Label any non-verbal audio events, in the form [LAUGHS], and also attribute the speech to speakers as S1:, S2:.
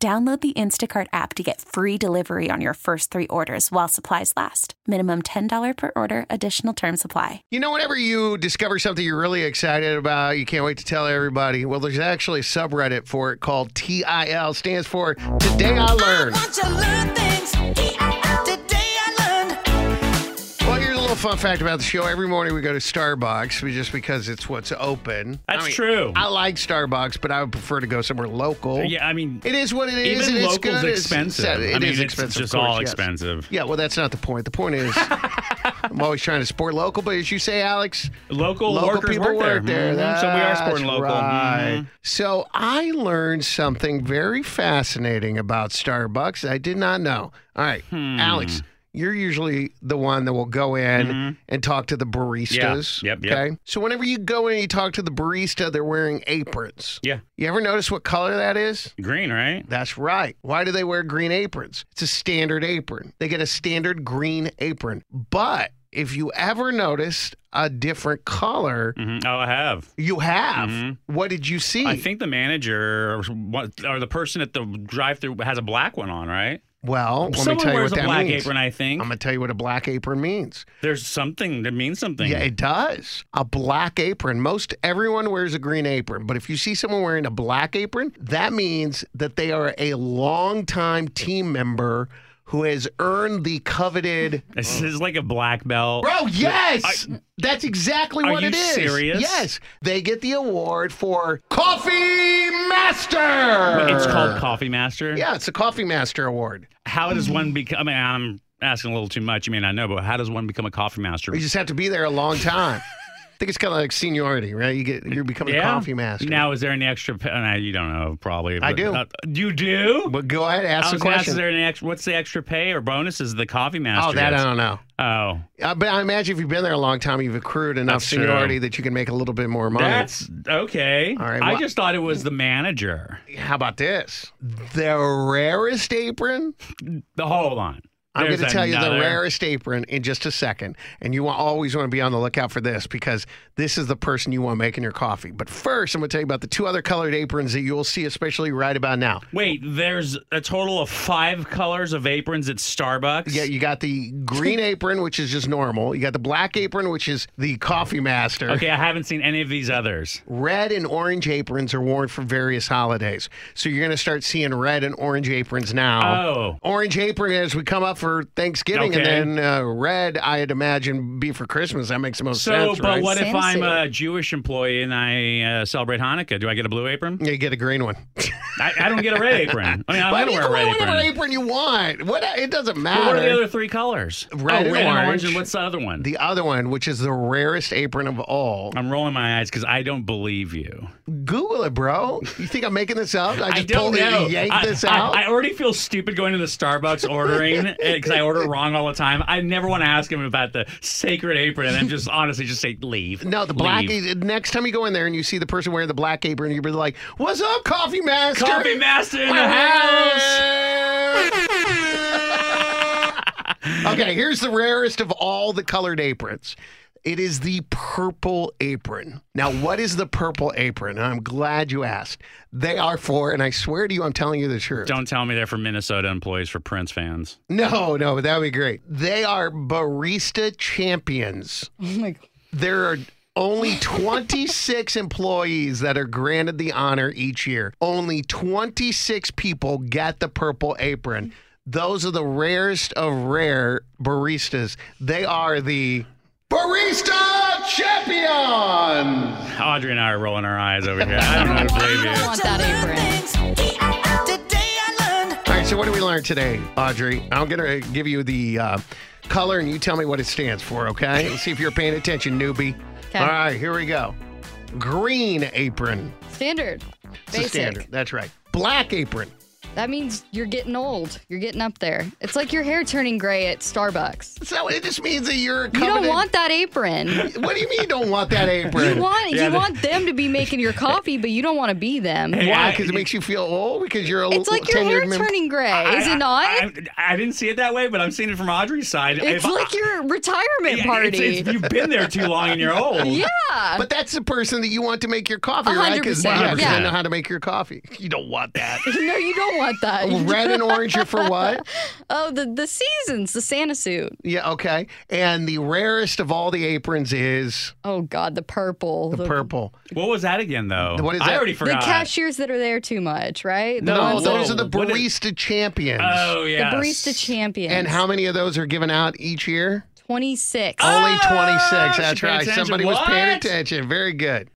S1: Download the Instacart app to get free delivery on your first three orders while supplies last. Minimum $10 per order, additional term supply.
S2: You know, whenever you discover something you're really excited about, you can't wait to tell everybody. Well, there's actually a subreddit for it called TIL, stands for Today I Learned.
S3: Want to learn things? T-I-L. Today I learned.
S2: Well, here's a little fun fact about the show. Every morning we go to Starbucks we- just because it's what's open.
S4: That's true.
S2: I like Starbucks, but I would prefer to go somewhere local.
S4: Yeah, I mean,
S2: It is what it is.
S4: even
S2: and it's
S4: local's
S2: good. It's-
S4: expensive.
S2: It's, it
S4: I mean,
S2: is
S4: it's
S2: expensive. of
S4: just
S2: course,
S4: all
S2: yes.
S4: expensive.
S2: Yeah, well, that's not the point. The point
S4: [LAUGHS]
S2: is, I'm always trying to support local, but as you say, Alex,
S4: Local,
S2: local
S4: workers
S2: people
S4: work
S2: there.
S4: there. Mhm. So we are supporting
S2: That's
S4: local.
S2: right.
S4: Mhm.
S2: So I learned something very fascinating about Starbucks. I did not know. All right,
S4: Hmm.
S2: Alex, you're usually the one that will go in and talk to the baristas.
S4: Mm-hmm. Yep, yep.
S2: Okay. So whenever you go in and you talk to the barista, they're wearing aprons.
S4: Yeah.
S2: You ever notice what color that is?
S4: Green, right?
S2: That's right. Why do they wear green aprons? It's a standard apron. They get a standard green apron. But if you ever noticed a different color,
S4: hmm Oh, I have.
S2: you have.
S4: Mhm.
S2: What did you see?
S4: I think the manager or, what, or the person at the drive-through has a black one on, right?
S2: well, let me
S4: Someone
S2: tell you
S4: wears
S2: what that
S4: a black
S2: means.
S4: apron, I think.
S2: I'm going to tell you what a black apron means.
S4: There's something that means something.
S2: Yeah, it does. A black apron. Most everyone wears a green apron, but if you see someone wearing a black apron, that means that they are a longtime team member who has earned the
S4: [LAUGHS]
S2: coveted
S4: this is like a black belt.
S2: Bro, yes! That's exactly
S4: Are
S2: what
S4: you
S2: it is.
S4: serious?
S2: Yes. They get the award for Coffee Master.
S4: It's called Coffee Master.
S2: Yeah, it's the Coffee Master Award.
S4: How does one become? I mean, I'm asking a little too much. You may not know, but how does one become a coffee master?
S2: You just have to be there a long time. I think it's kind of like seniority, right? You get you become a coffee master.
S4: Now, is there an extra? pa- uh, you don't know, probably.
S2: I
S4: but-
S2: do.
S4: uh, you do?
S2: but go ahead, ask
S4: I
S2: the
S4: was gonna ask, is
S2: question.
S4: there an extra? What's the extra pay or bonus? Is the coffee master?
S2: Oh, that I
S4: gets?
S2: don't know.
S4: Oh,
S2: Uh, but I imagine if you've been there a long time, you've accrued enough
S4: That's true.
S2: seniority that you can make a little bit more money.
S4: that's okay.
S2: All right,
S4: I
S2: wha-
S4: just thought it was the manager.
S2: How about this? The rarest apron
S4: The hold on.
S2: I'm going to
S4: There's
S2: tell you the
S4: another-
S2: rarest apron in just a second. And you wa- always want to be on the lookout for this because this is the person you want making your coffee. But first, I'm going to tell you about the two other colored aprons that you'll see, especially right about now.
S4: Wait, there's a total of five colors of aprons at Starbucks.
S2: Yeah, you got the
S4: [LAUGHS]
S2: green apron, which is just normal. You got the black apron, which is the coffee master.
S4: Okay, I haven't seen any of these others.
S2: Red and orange aprons are worn for various holidays. So you're going to start seeing red and orange aprons now.
S4: Oh.
S2: Orange apron as we come up for Thanksgiving,
S4: Okay.
S2: and then uh, red, I'd imagine, be for Christmas. That makes the most
S4: So,
S2: sense.
S4: but
S2: right?
S4: what if
S1: Same
S4: I'm
S1: suit.
S4: a Jewish employee and I uh, celebrate Hanukkah? Do I get a blue apron?
S2: Yeah, you get a green one.
S4: I, I don't get a red apron. I mean, I'm
S2: Why
S4: going
S2: do
S4: to
S2: you
S4: wear a
S2: can wear
S4: red
S2: whatever
S4: apron.
S2: apron you want? What? It doesn't
S4: But what are the
S2: matter.
S4: other three colors?
S2: Red
S4: oh,
S2: and
S4: red and
S2: orange.
S4: orange. And what's the other one?
S2: The other one, which is the rarest apron of all.
S4: I'm rolling my eyes because I don't believe you.
S2: Google it, bro. You think I'm making this up? I just
S4: I don't
S2: pulled it
S4: know.
S2: and yanked
S4: I,
S2: this
S4: I-
S2: out.
S4: I already feel stupid going to the Starbucks
S2: [LAUGHS]
S4: ordering because I order wrong all the time. I never want to ask him about the sacred apron and then just honestly just say leave.
S2: no, the
S4: Leave.
S2: black. Next time you go in there and you see the person wearing the black apron, you'll be like, "What's up, coffee master?
S4: coffee master in the house.
S2: house." okay, here's the rarest of all the colored aprons. It is the purple apron. Now, what is the purple apron? I'm glad you asked. They are for, and I swear to you, I'm telling you the truth.
S4: Don't tell me they're for Minnesota employees for Prince fans.
S2: No, no, but that would be great. They are barista champions. [LAUGHS] Oh my God. There are only [LAUGHS] 26 employees that are granted the honor each year. Only 26 people get the purple apron. Those are the rarest of rare baristas. They are the barista champions.
S4: Audrey and I are rolling our eyes over here. I don't know if I believe you.
S3: Want to learn things? T-I-L. Today I learned.
S2: All right, so what did we learn today, Audrey? I'm going to give you the uh, color and you tell me what it stands for, okay? Let's see if you're paying attention, newbie.
S5: Okay.
S2: All right, here we go. Green apron.
S5: Standard.
S2: It's the
S5: Basic.
S2: standard. That's right. Black apron.
S5: That means you're getting old. You're getting up there. It's like your hair turning gray at Starbucks.
S2: So it just means that you're
S5: You
S2: coming.
S5: don't want that apron.
S2: What do you mean you don't want that apron?
S5: [LAUGHS] You want
S4: Yeah,
S5: you
S4: the-
S5: want them to be making your coffee, but you don't want to be them.
S2: Why?
S4: Yeah,
S2: Because it makes you feel old. Because you're a
S5: It's like your
S2: tenured
S5: hair
S2: mem-
S5: turning gray, is
S4: I-
S5: it not?
S4: I, I, I didn't see it that way, but I'm seeing it from Audrey's side.
S5: it's
S4: If I-
S5: like your retirement
S4: [LAUGHS] Yeah,
S5: party.
S4: it's- it's- you've been there too long and you're old.
S5: [LAUGHS] yeah.
S2: But that's the person that you want to make your coffee, right? Because
S5: 100%,
S2: I
S4: yeah.
S2: know how to make your coffee. You don't want that.
S5: [LAUGHS] No, [LAUGHS] you don't want that.
S2: Red and orange are for what?
S5: [LAUGHS] Oh, the the seasons, the Santa suit.
S2: Yeah, okay. And the rarest of all the aprons is
S5: Oh God, the purple.
S2: the
S5: the-
S2: purple.
S4: What was that again, though?
S2: What is
S4: I
S2: that?
S4: already
S5: The
S4: forgot.
S5: cashiers that are there too much, right? The
S2: No,
S5: ones that-
S2: those are the
S4: What is-
S2: barista champions.
S4: Oh
S5: the
S4: yeah.
S5: barista champions.
S2: And how Oh, many of those are given out each year?
S5: Twenty six.
S2: Only 26.
S4: Oh, she
S2: That's
S4: paid
S2: right.
S4: attention.
S2: Somebody was paying
S4: What?
S2: attention. Very good.